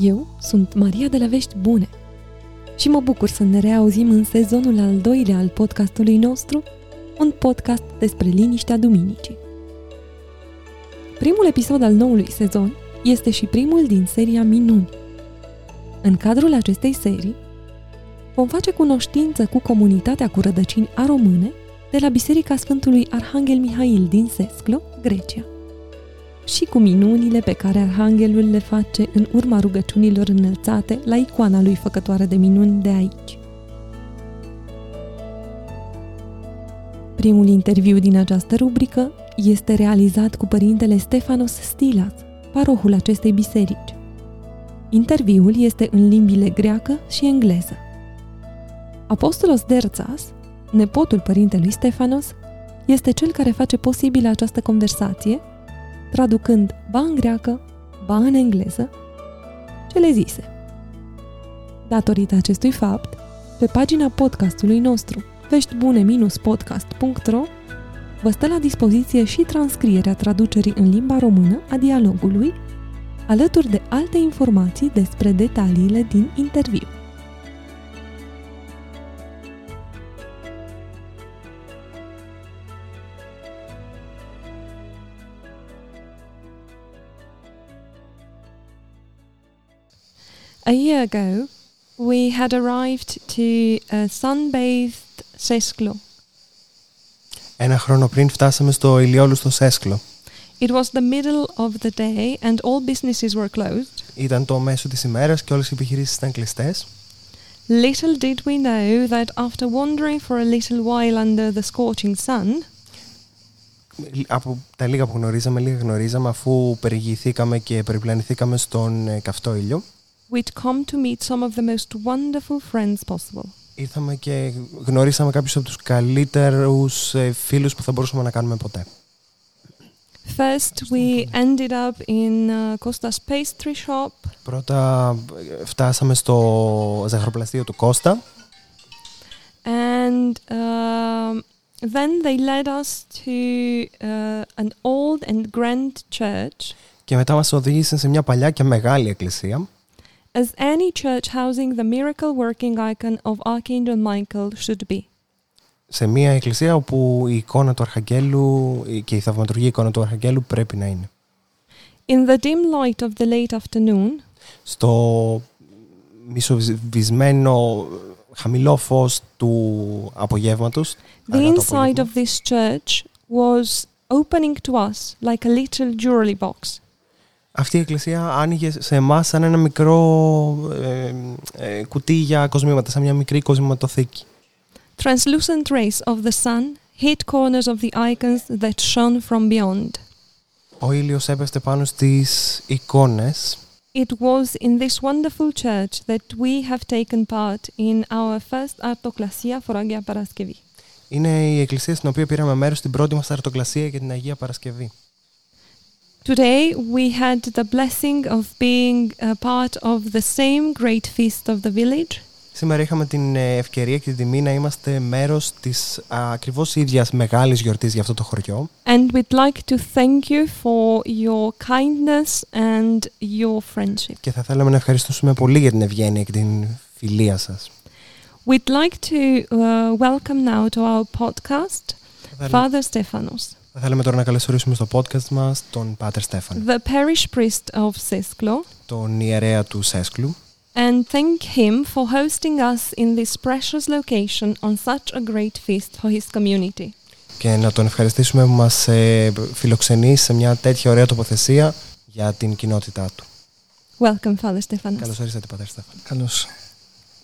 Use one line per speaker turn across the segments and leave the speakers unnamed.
Eu sunt Maria de la Vești Bune și mă bucur să ne reauzim în sezonul al doilea al podcastului nostru, un podcast despre liniștea duminicii. Primul episod al noului sezon este și primul din seria Minuni. În cadrul acestei serii, vom face cunoștință cu comunitatea cu rădăcini aromâne de la Biserica Sfântului Arhanghel Mihail din Sesclo, Grecia și cu minunile pe care Arhanghelul le face în urma rugăciunilor înălțate la icoana lui făcătoare de minuni de aici. Primul interviu din această rubrică este realizat cu părintele Stefanos Stilas, parohul acestei biserici. Interviul este în limbile greacă și engleză. Apostolos Derțas, nepotul părintelui Stefanos, este cel care face posibilă această conversație traducând ba în greacă, ba în engleză, cele zise. Datorită acestui fapt, pe pagina podcastului nostru, veștibune-podcast.ro, vă stă la dispoziție și transcrierea traducerii în limba română a dialogului, alături de alte informații despre detaliile din interviu. A year ago, we had arrived to a sunbathed Sesklo.
Ένα χρόνο πριν φτάσαμε στο Ηλιόλου στο Σέσκλο.
It was the middle of the day and all businesses were closed.
Ήταν το μέσο της ημέρας και όλες οι επιχειρήσεις ήταν κλειστές.
Little did we know that after wandering for a little while under the scorching sun,
Από τα λίγα που γνωρίζαμε, λίγα γνωρίζαμε αφού περιηγηθήκαμε και περιπλανηθήκαμε στον ε, καυτό ήλιο.
we'd come to meet some of the most wonderful friends possible.
Ήρθαμε και γνωρίσαμε κάποιους από τους καλύτερους ε, φίλους που θα μπορούσαμε να κάνουμε ποτέ.
First, we ended up in uh, Costa's pastry shop.
Πρώτα ε, φτάσαμε στο ζαχαροπλαστείο του Κώστα
And um, then they led us to uh, an old and grand church,
και μετά μας οδήγησαν σε μια παλιά και μεγάλη εκκλησία
as any church housing the miracle working icon of Archangel Michael should be.
σε μια εκκλησία όπου η εικόνα του Αρχαγγέλου ε, και η θαυματουργή εικόνα του Αρχαγγέλου πρέπει να είναι.
In the dim light of the late afternoon,
στο μισοβισμένο χαμηλό φως του απογεύματος.
the
αργά το
inside
απόγευμα,
of this church was opening to us like a little jewelry box.
Αυτή η εκκλησία άνοιγε σε εμάς σαν ένα μικρό ε, ε, κουτί για κοσμήματα, σαν μια μικρή κοσμηματοθήκη.
Translucent rays of the sun hit corners of the icons that shone from beyond.
Ο ήλιος έπεφτε πάνω στις εικόνες.
It was in this wonderful church that we have taken part in our first Artoclasia for Agia Paraskevi.
Είναι η εκκλησία στην οποία πήραμε μέρος στην πρώτη μας αρτοκλασία για την Αγία Παρασκευή.
Today we had the blessing of being a part of the same great feast of the village,
Σήμερα είχαμε την ε, ευκαιρία και την τιμή να είμαστε μέρος της α, ακριβώς ίδιας μεγάλης γιορτής για αυτό το χωριό.
and we'd like to thank you for your kindness and your friendship.
και θα θέλαμε να ευχαριστήσουμε πολύ για την ευγένεια και την φιλία σας.
We'd like to uh, welcome now to our podcast Father Stefanos,
Θα θέλαμε τώρα να καλωσορίσουμε στο podcast μας τον Πάτερ Στέφαν,
the parish priest of Sesklo.
τον ιερέα του Σέσκλου
and thank him for hosting us in this precious location on such a great feast for his community.
και να τον ευχαριστήσουμε που μας ε, φιλοξενεί σε μια τέτοια ωραία τοποθεσία για την κοινότητά του.
Welcome, Father Stefanos.
Καλώς ορίσατε Πάτερ Στέφαν.
Καλώς,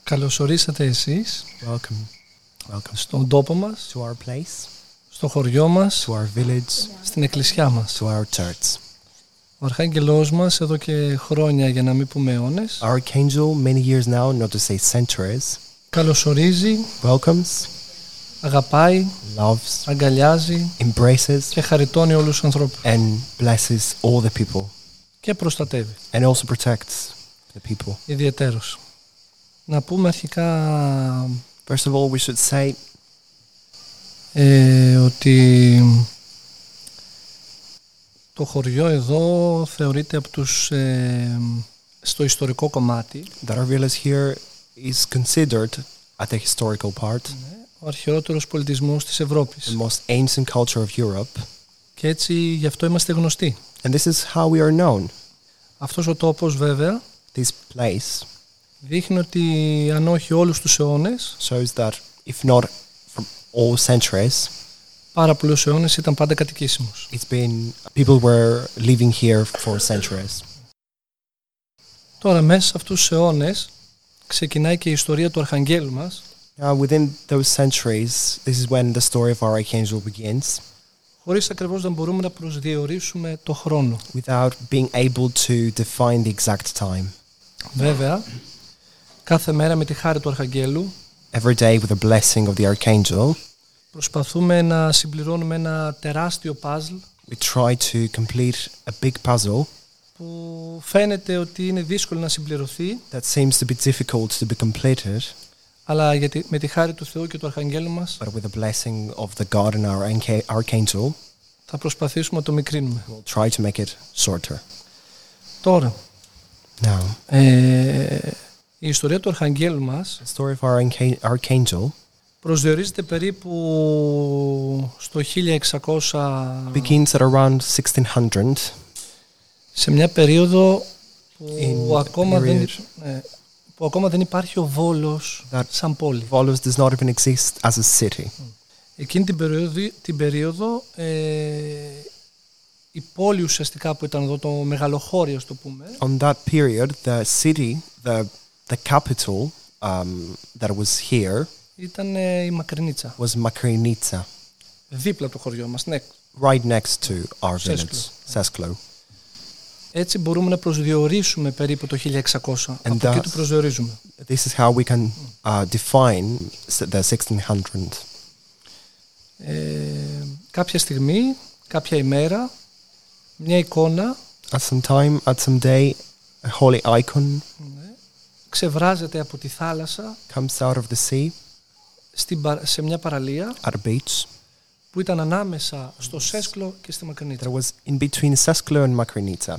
καλώς ορίσατε εσείς
Welcome. Welcome
στον τόπο μας,
to our place,
στο χωριό μας,
to our village,
στην εκκλησιά μας.
to our church.
Ο Αρχάγγελός μας εδώ και χρόνια, για να μην πούμε αιώνες,
Our archangel, many years now, not to say centuries,
καλωσορίζει,
welcomes,
αγαπάει,
loves,
αγκαλιάζει
embraces,
και χαριτώνει όλους τους ανθρώπους
and blesses all the people.
και προστατεύει,
and also protects the people.
ιδιαιτέρως. Να πούμε αρχικά
First of all, we should say
ε, ότι το χωριό εδώ θεωρείται από τους ε, στο ιστορικό κομμάτι.
The Darvilas here is considered, at the historical part,
ο αρχαιότερος πολιτισμός της Ευρώπης.
the most ancient culture of Europe.
Και έτσι γι' αυτό είμαστε γνωστοί.
And this is how we are known.
Αυτός ο τόπος βέβαια
This place
δείχνει ότι αν όχι όλους τους αιώνες,
shows that, if not from all centuries,
πάρα πολλούς αιώνες ήταν πάντα κατοικήσιμος.
it's been people were living here for centuries.
Τώρα μέσα σε αυτούς τους αιώνες ξεκινάει και η ιστορία του Αρχαγγέλου μας,
Now, within those centuries, this is when the story of our archangel begins,
χωρίς ακριβώς να μπορούμε να προσδιορίσουμε το χρόνο.
without being able to define the exact time.
Βέβαια, κάθε μέρα με τη χάρη του Αρχαγγέλου
Every day, with the blessing of the archangel,
προσπαθούμε να συμπληρώνουμε ένα τεράστιο παζλ
we try to complete a big puzzle
που φαίνεται ότι είναι δύσκολο να συμπληρωθεί,
that seems to be difficult to be completed,
αλλά γιατί με τη χάρη του Θεού και του Αρχαγγέλου μας
but with the blessing of the God and our anca- archangel,
θα προσπαθήσουμε να το μικρύνουμε.
we'll try to make it shorter.
Τώρα,
Now,
ε, η ιστορία του Αρχαγγέλου μας
the story of our anca- archangel
προσδιορίζεται περίπου στο 1600
begins at around 1600.
σε μια περίοδο που
In
ακόμα, δεν,
period.
ε, που ακόμα δεν υπάρχει ο Βόλος
That-
σαν πόλη.
Volos does not even exist as a city.
Εκείνη την περίοδο, την περίοδο ε, η πόλη ουσιαστικά που ήταν εδώ το μεγαλοχώριο, ας το πούμε,
on that period, the city, the the capital um, that was here
ήταν ε, η Μακρινίτσα.
was Makrinitsa,
Δίπλα από το χωριό μας, ναι.
right next to our village, Sesklo.
Έτσι μπορούμε να προσδιορίσουμε περίπου το 1600. από εκεί
that's-
το προσδιορίζουμε.
This is how we can uh, define s- the 1600.
Ε, κάποια στιγμή, κάποια ημέρα, μια εικόνα
At some time, at some day, a holy icon
ξεβράζεται από τη θάλασσα
comes out of the sea
στην, πα- σε μια παραλία
at a beach
που ήταν ανάμεσα στο Σέσκλο και στη Μακρινίτσα.
that was in between Sesklo and Makrinitsa.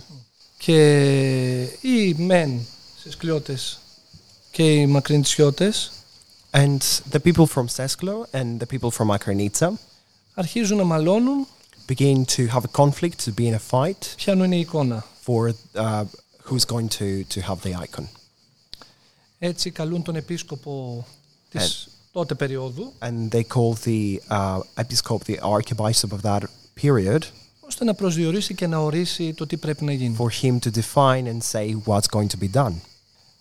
και οι μεν σεσκλιώτες και οι μακριντσιώτες
And the people from Sesklo and the people from Makrinitsa
αρχίζουν να μαλώνουν
begin to have a conflict, to be in a fight.
ποια είναι η εικόνα.
for uh, who's going to, to have the icon.
Έτσι καλούν τον επίσκοπο της τότε περίοδου
And they call the uh, episcop the archbishop of that period
ώστε να προσδιορίσει και να ορίσει το τι πρέπει να γίνει.
for him to define and say what's going to be done.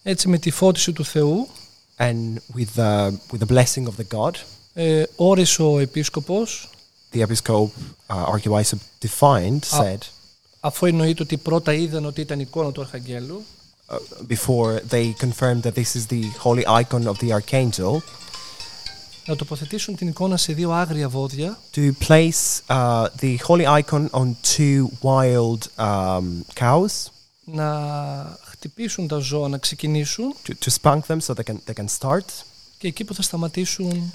Έτσι με τη φώτιση του Θεού
And with the, with the blessing of the God,
ε, όρισε ο επίσκοπος
the episcop, uh, archbishop defined,
Ah.
said,
αφού εννοείται ότι πρώτα είδαν ότι ήταν εικόνα του Αρχαγγέλου
uh, before they confirmed that this is the holy icon of the archangel,
να τοποθετήσουν την εικόνα σε δύο άγρια βόδια
to place uh, the holy icon on two wild um, cows,
να χτυπήσουν τα ζώα, να ξεκινήσουν
to, to spank them so they can, they can start.
και εκεί που θα σταματήσουν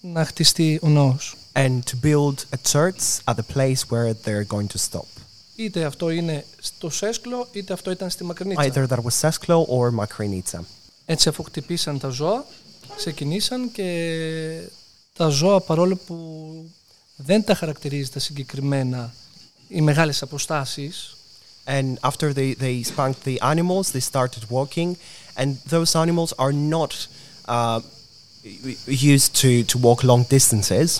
να χτιστεί ο ναός.
and to build a church at the place where they're going to stop.
Είτε αυτό είναι στο Σέσκλο, είτε αυτό ήταν στη Μακρινίτσα.
Either that was Sesklo or Makrinitsa.
Έτσι αφού χτυπήσαν τα ζώα, ξεκινήσαν και τα ζώα παρόλο που δεν τα χαρακτηρίζει τα συγκεκριμένα οι μεγάλες αποστάσεις,
And after they, they spanked the animals, they started walking, and those animals are not uh, u- used to, to walk long distances.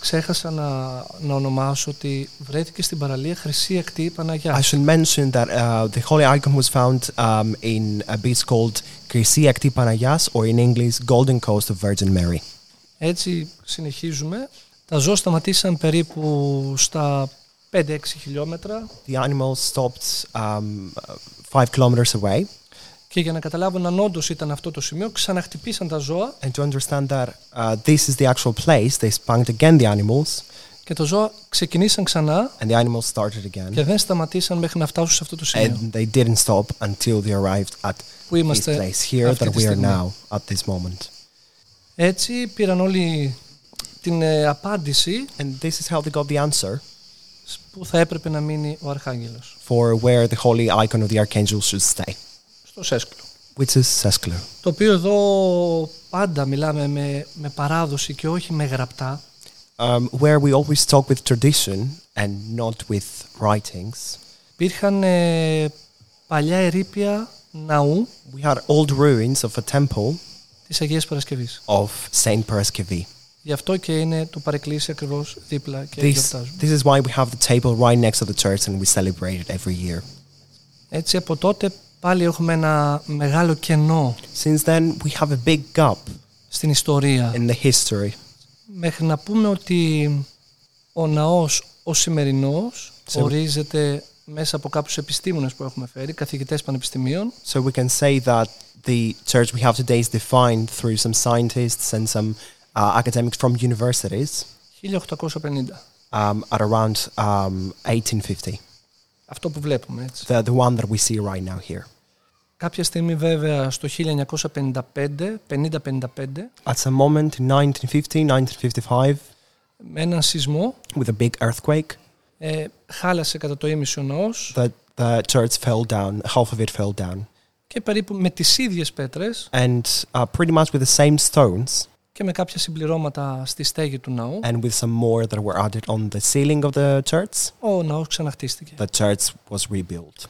ξέχασα να, να ονομάσω ότι βρέθηκε στην παραλία Χρυσή Ακτή Παναγιά.
I should mention that uh, the holy icon was found um, in a beach called Krisi Akti Panayas, or in English, Golden Coast of Virgin Mary.
Έτσι συνεχίζουμε. Τα ζώα σταματήσαν περίπου στα 5-6 χιλιόμετρα
The animals stopped um, five kilometers away.
Και για να καταλάβουν αν όντως ήταν αυτό το σημείο, ξαναχτυπήσαν τα ζώα
and to understand that uh, this is the actual place, they spanked again the animals,
και τα ζώα ξεκινήσαν ξανά
and the animals started again.
και δεν σταmatήσαν μέχρι να φτάσουν σε αυτό το σημείο.
And they didn't stop until they arrived at
Που
this
είμαστε
place here
αυτή
that
τη
we are
στιγμή.
now at this moment.
Έτσι πήραν όλοι την ε, απάντηση
And this is how they got the answer
που θα έπρεπε να μείνει ο Αρχάγγελος,
for where the holy icon of the archangel should stay,
στο Σέσκλο.
which is Seskler.
Το οποίο εδώ πάντα μιλάμε με, με παράδοση και όχι με γραπτά,
um, where we always talk with tradition and not with writings.
υπήρχαν ε, παλιά ερήπια ναού
We had old ruins of a temple
της Αγίας Παρασκευής.
of Saint Paraskevi.
Γι' αυτό και είναι το παρεκκλήσι ακριβώς δίπλα και
This,
γιορτάζουμε.
this is why we have the table right next to the church and we celebrate it every year.
Έτσι από τότε πάλι έχουμε ένα μεγάλο κενό
Since then, we have a big gap
στην ιστορία.
in the history.
Μέχρι να πούμε ότι ο ναός ο σημερινός
Σε-
ορίζεται μέσα από κάποιους επιστήμονες που έχουμε φέρει, καθηγητές πανεπιστημίων,
So we can say that the church we have today is defined through some scientists and some uh, academics from universities
1850.
um, at around um, 1850.
Αυτό που βλέπουμε έτσι.
The, the one that we see right now here.
Κάποια στιγμή βέβαια στο 1955, 50-55,
At some moment in 1950, 1955,
με έναν σεισμό
with a big earthquake,
ε, χάλασε κατά το ίμιση ο ναός
the, the church fell down, half of it fell down.
και περίπου με τις ίδιες πέτρες
And uh, pretty much with the same stones
και με κάποια συμπληρώματα στη στέγη του ναού,
and with some more that were added on the ceiling of the church,
ο ναός ξαναχτίστηκε.
the church was rebuilt.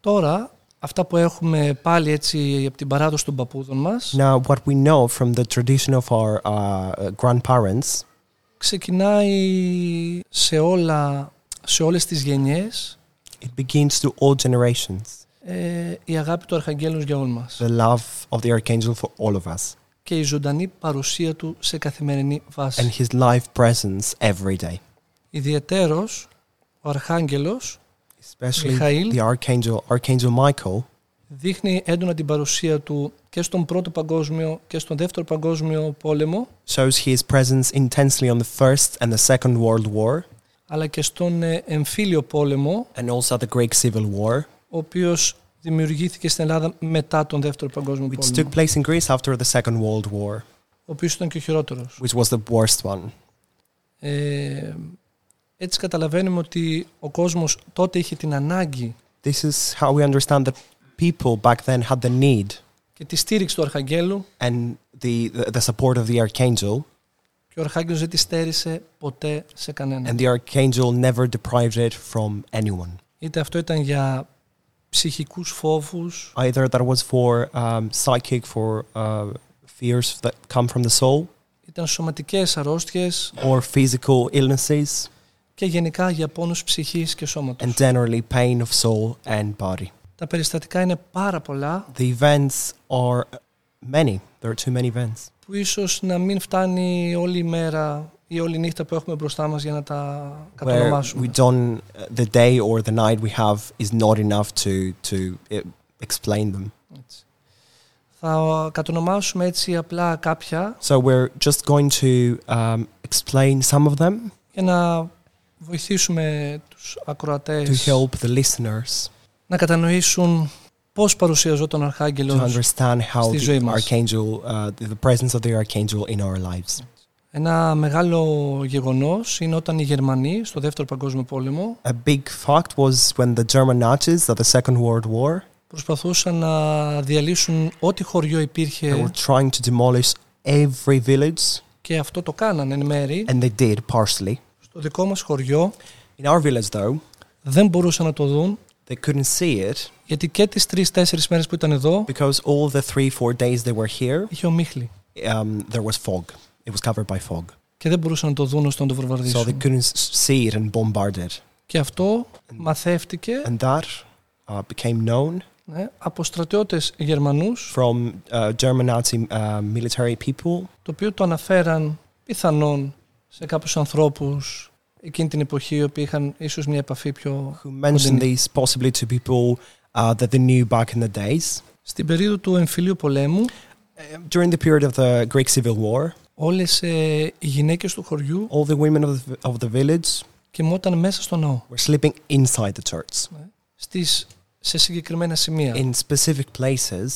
Τώρα, αυτά που έχουμε πάλι έτσι από την παράδοση των παππούδων μας,
Now, what we know from the tradition of our uh, grandparents
ξεκινάει σε, όλα, σε όλες τις γενιές
It begins to all generations.
ε, η αγάπη του Αρχαγγέλου για όλους μας
The love of the archangel for all of us
και η ζωντανή παρουσία του σε καθημερινή βάση.
and his live presence every day.
Ιδιαιτέρως, ο Αρχάγγελος
Especially
Mikhail.
the archangel, Archangel Michael,
δείχνει έντονα την παρουσία του και στον Πρώτο Παγκόσμιο και στον Δεύτερο Παγκόσμιο Πόλεμο
shows his presence intensely on the First and the Second World War
αλλά και στον ε, Εμφύλιο Πόλεμο
and also the Greek Civil War,
ο οποίος δημιουργήθηκε στην Ελλάδα μετά τον Δεύτερο Παγκόσμιο
which
Πόλεμο
took place in Greece after the Second World War,
ο οποίος ήταν και ο χειρότερος.
which was the worst one.
Ε, έτσι καταλαβαίνουμε ότι ο κόσμος τότε είχε την ανάγκη
This is how we understand that people back then had the need
και τη στήριξη του Αρχαγγέλου
and the, the, the support of the archangel,
και ο Αρχάγγελος δεν τη στέρισε ποτέ σε κανέναν.
and the archangel never deprived it from anyone.
Είτε αυτό ήταν για ψυχικούς φόβους,
either that was for um, psychic for uh, fears that come from the soul
ήταν σωματικές αρρώστιες
or physical illnesses
και γενικά για πόνους ψυχής και σώματος.
and generally pain of soul and body
Τα περιστατικά είναι πάρα πολλά
the events are many there are too many events
που ίσως να μην φτάνει όλη η μέρα ή όλη η νύχτα που έχουμε μπροστά μας για να τα
where we
κατονομάσουμε.
don't the day or the night we have is not enough to to uh, explain them
Έτσι. Θα κατονομάσουμε έτσι απλά κάποια
so we're just going to um, explain some of them
για να βοηθήσουμε τους
to
ακροατές
help the listeners
να κατανοήσουν πώς παρουσιαζόταν ο
to
Αρχάγγελος.
understand how
Στη ζωή
the
μας.
archangel uh, the, the presence of the archangel in our lives
Ένα μεγάλο γεγονός είναι όταν οι Γερμανοί στο Δεύτερο Παγκόσμιο Πόλεμο
A big fact was when the German Nazis at the Second World War
προσπαθούσαν να διαλύσουν ό,τι χωριό
they were
υπήρχε
trying to demolish every village,
και αυτό το κάνανε εν μέρη.
and they did partially.
Στο δικό μας χωριό
In our village, though,
δεν μπορούσαν να το δουν
they couldn't see it
γιατί και τις τρεις-τέσσερις μέρες που ήταν εδώ
because all the three, four days they were here,
είχε ομίχλη
um, there was fog. It was covered by fog,
και δεν μπορούσαν να το δουν ώστε να το
so they
βομβαρδίσουν.
couldn't s- see it and bombard it.
Και αυτό μαθεύτηκε
And that uh, became known
ναι, από στρατιώτες Γερμανούς
from uh, German Nazi uh, military people.
το οποίο το αναφέραν πιθανόν σε κάποιους ανθρώπους εκείνη την εποχή οι οποίοι είχαν ίσως μια επαφή πιο
Who mentioned
Κοντινή.
these possibly to people uh, that they knew back in the days.
Στην περίοδο του εμφυλίου πολέμου
Uh, During the period of the Greek Civil War,
όλες ε, οι γυναίκες του χωριού
all the women of the, of the village
κοιμόταν μέσα στο ναό
were sleeping inside the church
στις,
Ε,
σε συγκεκριμένα σημεία.
in specific places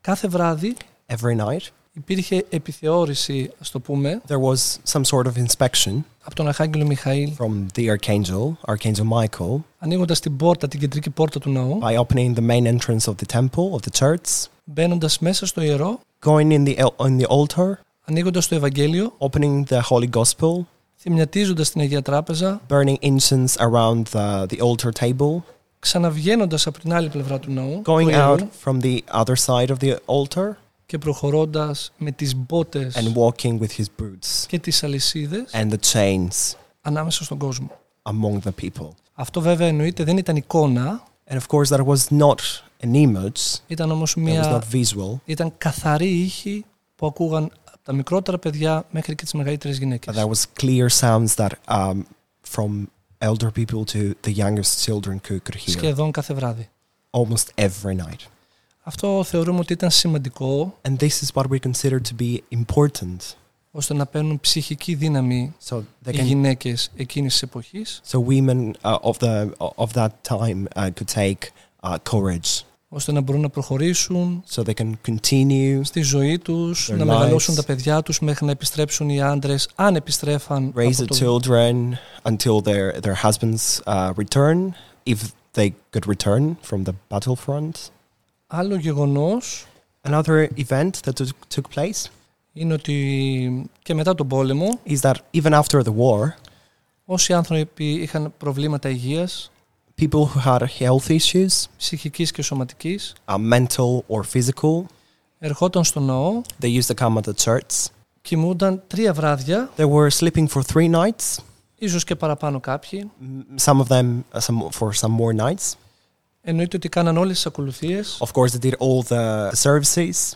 Κάθε βράδυ
every night.
οι υπήρχε επιθεώρηση, ας το πούμε,
There was some sort of inspection
από τον Αρχάγγελο Μιχαήλ,
from the archangel, Archangel Michael,
ανοίγοντας την πόρτα, την κεντρική πόρτα του ναού,
by opening the main entrance of the temple of the church,
μπαίνοντας μέσα στο ιερό,
going in the al- in the altar,
ανοίγοντας το Ευαγγέλιο,
opening the holy gospel,
θυμιατίζοντας την Αγία Τράπεζα,
burning incense around the, the altar table,
ξαναβγαίνοντας από την άλλη πλευρά του ναού του
going
ιερού,
out from the other side of the altar,
και προχωρώντας με τις μπότες
and walking with his boots
και τις αλυσίδες
and the chains
ανάμεσα στον κόσμο.
among the people.
Αυτό βέβαια εννοείται δεν ήταν εικόνα,
And of course, that was not an image,
ήταν όμως
that was not
μια,
visual,
ήταν καθαρή ήχη που ακούγαν από τα μικρότερα παιδιά μέχρι και τις μεγαλύτερες
but
γυναίκες.
there was clear sounds that um, from elder people to the youngest children could, could hear
Σχεδόν κάθε βράδυ.
almost every night.
Αυτό θεωρούμε ότι ήταν σημαντικό
And this is what we consider to be important.
ώστε να παίρνουν ψυχική δύναμη
So they
οι
can
γυναίκες εκείνης της εποχής
So women uh, of the of that time uh, could take uh, courage,
ώστε να μπορούν να προχωρήσουν
so they can continue
στη ζωή τους,
Their
να
lives.
μεγαλώσουν τα παιδιά τους μέχρι να επιστρέψουν οι άντρες, αν επιστρέφαν
raise
από
the
το-
children until their their husbands uh, return, if they could return from the battlefront.
Άλλο γεγονός
Another event that took- took place
είναι ότι και μετά τον πόλεμο,
is that even after the war,
όσοι άνθρωποι είχαν προβλήματα υγείας,
people who had health issues,
ψυχικής και σωματικής,
uh, mental or physical,
ερχόταν στο ναό,
they used to come at the church.
κοιμούνταν τρία βράδια,
They were sleeping for three nights,
ίσως και παραπάνω κάποιοι.
m- some of them uh, some for some more nights.
Εννοείται ότι κάναν όλες τις ακολουθίες
Of course, they did all the services,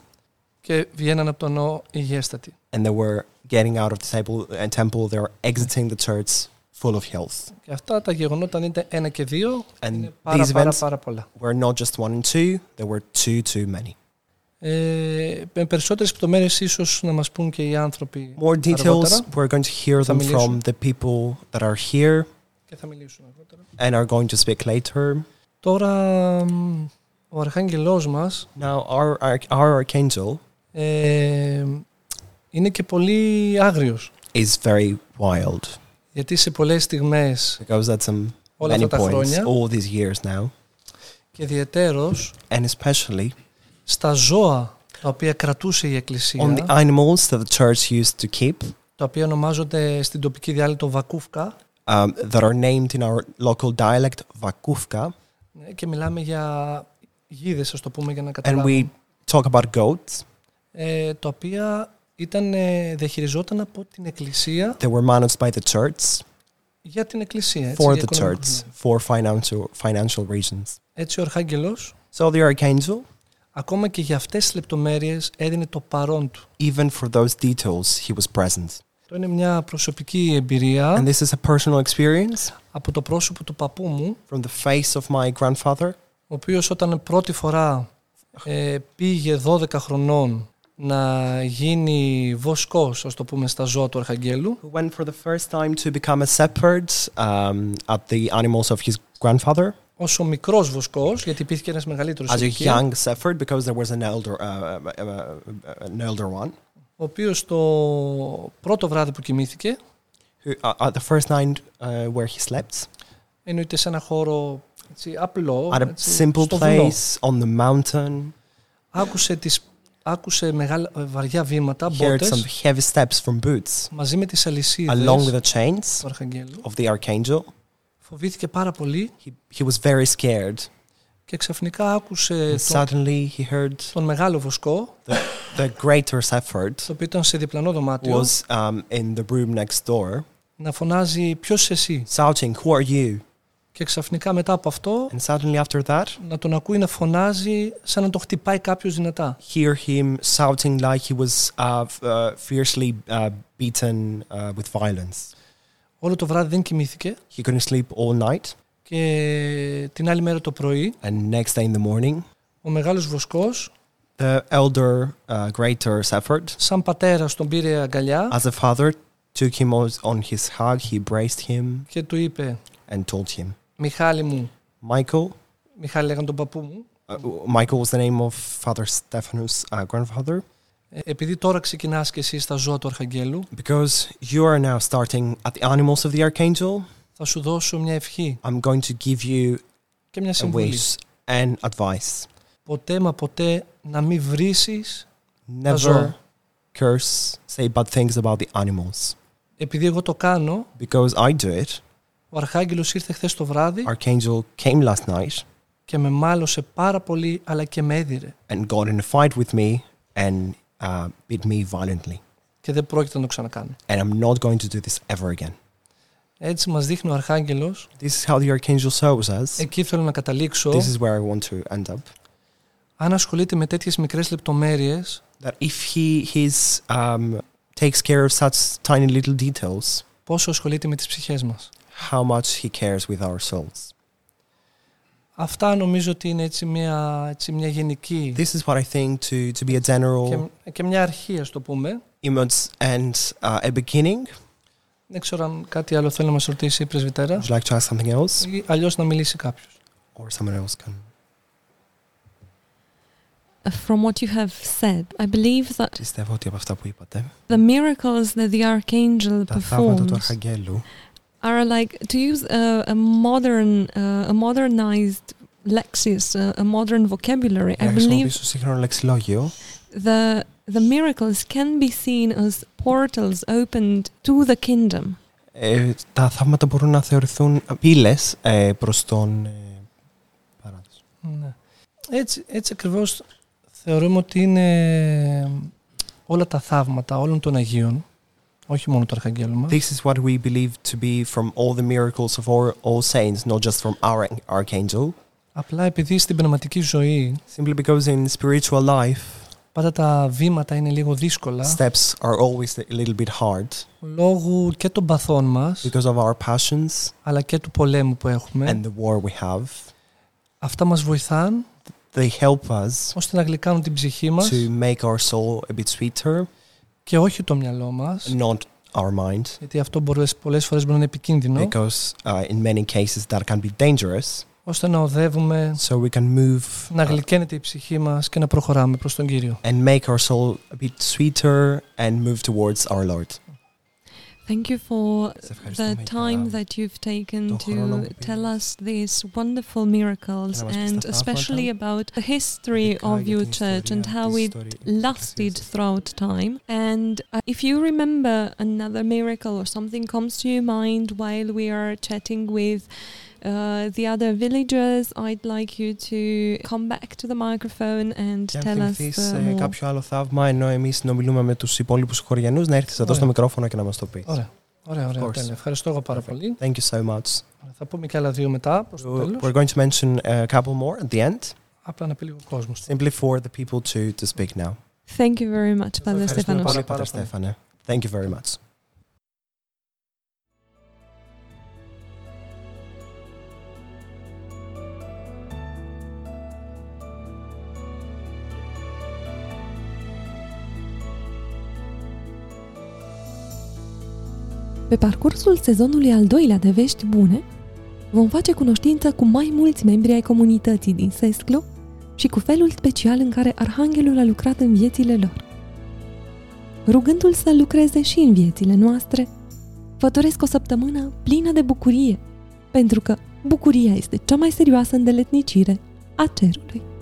και βγαίναν από τον ναό υγιέστατοι.
and they were getting out of the temple. And temple, they were exiting the church full of health.
Και αυτά τα γεγονότα αν είναι ένα και δύο, είναι
And
πάρα
these
πάρα
events
πάρα πολλά.
were not just one and two; there were two too many.
Ε, με περισσότερες λεπτομέρειες ίσως να μας πούν και οι άνθρωποι
More details.
αργότερα
We're going to hear them
Families.
from the people that are here
και θα μιλήσουν αργότερα.
and are going to speak later.
Τώρα μ, ο αρχάγγελός μας
Now, our our, our archangel
ε, είναι και πολύ άγριος
is very wild
γιατί σε πολλές στιγμές
because that's some
όλα
many
αυτά τα
points
χρόνια
all these years now,
και ιδιαιτέρως
and especially
στα ζώα τα οποία κρατούσε η Εκκλησία
on the animals that the church used to keep.
τα οποία ονομάζονται στην τοπική διάλειτο βακούφκα
um, that are named in our local dialect Vakufka,
ναι, και μιλάμε για γίδες ας το πούμε για να
and
καταλάβουμε
we talk about goats.
ε, τα οποία ήταν, ε, διαχειριζόταν από την Εκκλησία
They were managed by the church
για την Εκκλησία. Έτσι,
for
για
the
οικονομικούς
church
λόγους.
for financial financial reasons.
Έτσι ο Αρχάγγελος,
So the archangel,
ακόμα και για αυτές τις λεπτομέρειες, έδινε το παρόν του.
even for those details, he was present.
Αυτό είναι μια προσωπική εμπειρία
And this is a personal experience
από το πρόσωπο του παππού μου,
from the face of my grandfather,
ο οποίος όταν πρώτη φορά ε, πήγε 12 χρονών να γίνει βοσκός, ας το πούμε, στα ζώα του Αρχαγγέλου,
who went for the first time to become a shepherd um, at the animals of his grandfather
ως ο μικρός βοσκός, γιατί υπήρχε και ένας μεγαλύτερος
as a
ηλικία,
young shepherd because there was an elder uh, uh, uh, uh, an elder one.
ο οποίος το πρώτο βράδυ που κοιμήθηκε,
who uh, at the first night uh, where he slept
εννοείται σε ένα χώρο έτσι, απλό,
at a
έτσι,
simple
στο βουνό.
place on the mountain
Άκουσε, τις, άκουσε μεγάλα, ε, βαριά βήματα,
heard some
μπότες,
heavy steps from boots
μαζί με τις αλυσίδες
along with the
του
chains
Αρχαγγέλου.
of the archangel
Φοβήθηκε πάρα πολύ
he, he was very scared
και ξαφνικά άκουσε
and Uh,
τον,
suddenly he heard
τον μεγάλο βοσκό,
the greater shepherd
το οποίο ήταν σε διπλανό δωμάτιο,
was um, in the room next door
να φωνάζει ποιος εσύ.
shouting who are you
Και ξαφνικά μετά από αυτό
and suddenly after that
να τον ακούει να φωνάζει σαν να τον χτυπάει κάποιος δυνατά.
hear him shouting like he was uh, f- uh, fiercely uh, beaten uh, with violence
Όλο το βράδυ δεν κοιμήθηκε
he couldn't sleep all night
και την άλλη μέρα το πρωί
and next day in the morning
ο μεγάλος βοσκός
the elder uh, greater shepherd
σαν πατέρας τον πήρε αγκαλιά
as a father took him on on his hug he embraced him
και του είπε
and told him
Μιχάλη μου,
michael
Μιχάλη λέγανε τον παππού μου,
uh, michael was the name of father stephanus uh, grandfather
Ε, Επειδή τώρα ξεκινάς και εσύ στα ζώα του Αρχαγγέλου,
Because you are now starting at the animals of the archangel,
θα σου δώσω μια ευχή
I'm going to give you
και μια
a
συμβουλή.
wish and advice.
Ποτέ μα ποτέ να μην βρήσεις
Never curse, say bad things about the animals.
επειδή εγώ το κάνω,
Because I do it.
ο Αρχάγγελος ήρθε χθες το βράδυ
Archangel came last night
και με μάλωσε πάρα πολύ αλλά και με έδιρε
and got in a fight with me and uh, beat me violently.
και δεν πρόκειται να το ξανακάνω.
And I'm not going to do this ever again.
Έτσι μας δείχνει ο Αρχάγγελος,
This is how the archangel shows us.
εκεί θέλω να καταλήξω,
This is where I want to end up.
αν ασχολείται με τέτοιες μικρές λεπτομέρειες,
That if he his um, takes care of such tiny little details,
πόσο ασχολείται με τις ψυχές μας.
how much he cares with our souls.
Αυτά νομίζω ότι είναι έτσι μια, έτσι μια γενική
This is what I think to to be a general
και, και μια αρχή, ας το πούμε.
image and uh, a beginning.
Δεν ξέρω αν κάτι άλλο θέλει να μας ρωτήσει η πρεσβυτέρα
Would you like to ask something else,
ή αλλιώς να μιλήσει κάποιος.
or someone else can?
Uh, From what you have said, I believe that
Πιστεύω ότι από αυτά που είπατε,
the miracles that the archangel
τα θαύματα του
performs
Αρχαγγέλου
are like to use a, a modern, uh, a modernized lexis, uh, a, a modern vocabulary. I
να
believe
χρησιμοποιήσω σύγχρονο λεξιλόγιο,
the the miracles can be seen as portals opened to the kingdom.
ε, τα θαύματα μπορούν να θεωρηθούν πύλες ε, προς τον ε, παράδεισο.
Ναι. Έτσι, έτσι ακριβώς θεωρούμε ότι είναι όλα τα θαύματα όλων των Αγίων, όχι μόνο του Αρχαγγέλου μας,
This is what we believe to be from all the miracles of all, all saints, not just from our archangel.
απλά επειδή στην πνευματική ζωή
Simply because in spiritual life,
πάντα τα βήματα είναι λίγο δύσκολα
steps are always a little bit hard
λόγω και των παθών μας,
because of our passions
αλλά και του πολέμου που έχουμε.
and the war we have.
Αυτά μας βοηθάν
They help us
ώστε να γλυκάνουν την ψυχή μας
to make our soul a bit sweeter,
και όχι το μυαλό μας,
not our mind,
γιατί αυτό μπορείς, πολλές φορές μπορεί να είναι επικίνδυνο,
because uh, in many cases that can be dangerous.
ώστε να οδεύουμε,
So we can move
να
uh,
γλυκαίνεται η ψυχή μας και να προχωράμε προς τον Κύριο.
and make our soul a bit sweeter and move towards our Lord.
Thank you for
Σε ευχαριστούμε
the
για
time
τον
that you've taken
χρόνο
to
που
tell
πήρες.
us these wonderful miracles
Για να μας πεις
and
τα θαύματα,
especially about the history
ειδικά
of
για
your
την
church
ιστορία
and how it
της ιστορίας της
lasted
Εκκλησίας.
throughout time. And uh, if you remember another miracle or something comes to your mind while we are chatting with uh, the other villagers, I'd like you to come back to the microphone and
Και αν
tell us
θυμηθείς
uh,
ε,
more.
κάποιο άλλο θαύμα, ενώ εμείς συνομιλούμε με τους υπόλοιπους χωριανούς, να έρθεις εδώ
Ωραία.
στο μικρόφωνο και να μας το πεις.
Ωραία, ωραία, ωραία.
course.
τέλεια. Ευχαριστώ εγώ πάρα
Perfect.
πολύ.
Thank you so much.
Θα πούμε και άλλα δύο μετά προς το
So
τέλος.
we're going to mention uh, a couple more at the end,
Απλά να πει λίγο ο κόσμος.
simply for the people to, to speak now.
Thank you very much, Father
Ευχαριστούμε
Stefanos.
πολύ,
Πάρα
Πάτερ
πολύ.
Στέφανε. Thank you very much.
Pe parcursul sezonului al doilea de vești bune, vom face cunoștință cu mai mulți membri ai comunității din Sesclo și cu felul special în care Arhanghelul a lucrat în viețile lor. Rugându-l să lucreze și în viețile noastre, vă doresc o săptămână plină de bucurie, pentru că bucuria este cea mai serioasă îndeletnicire a cerului.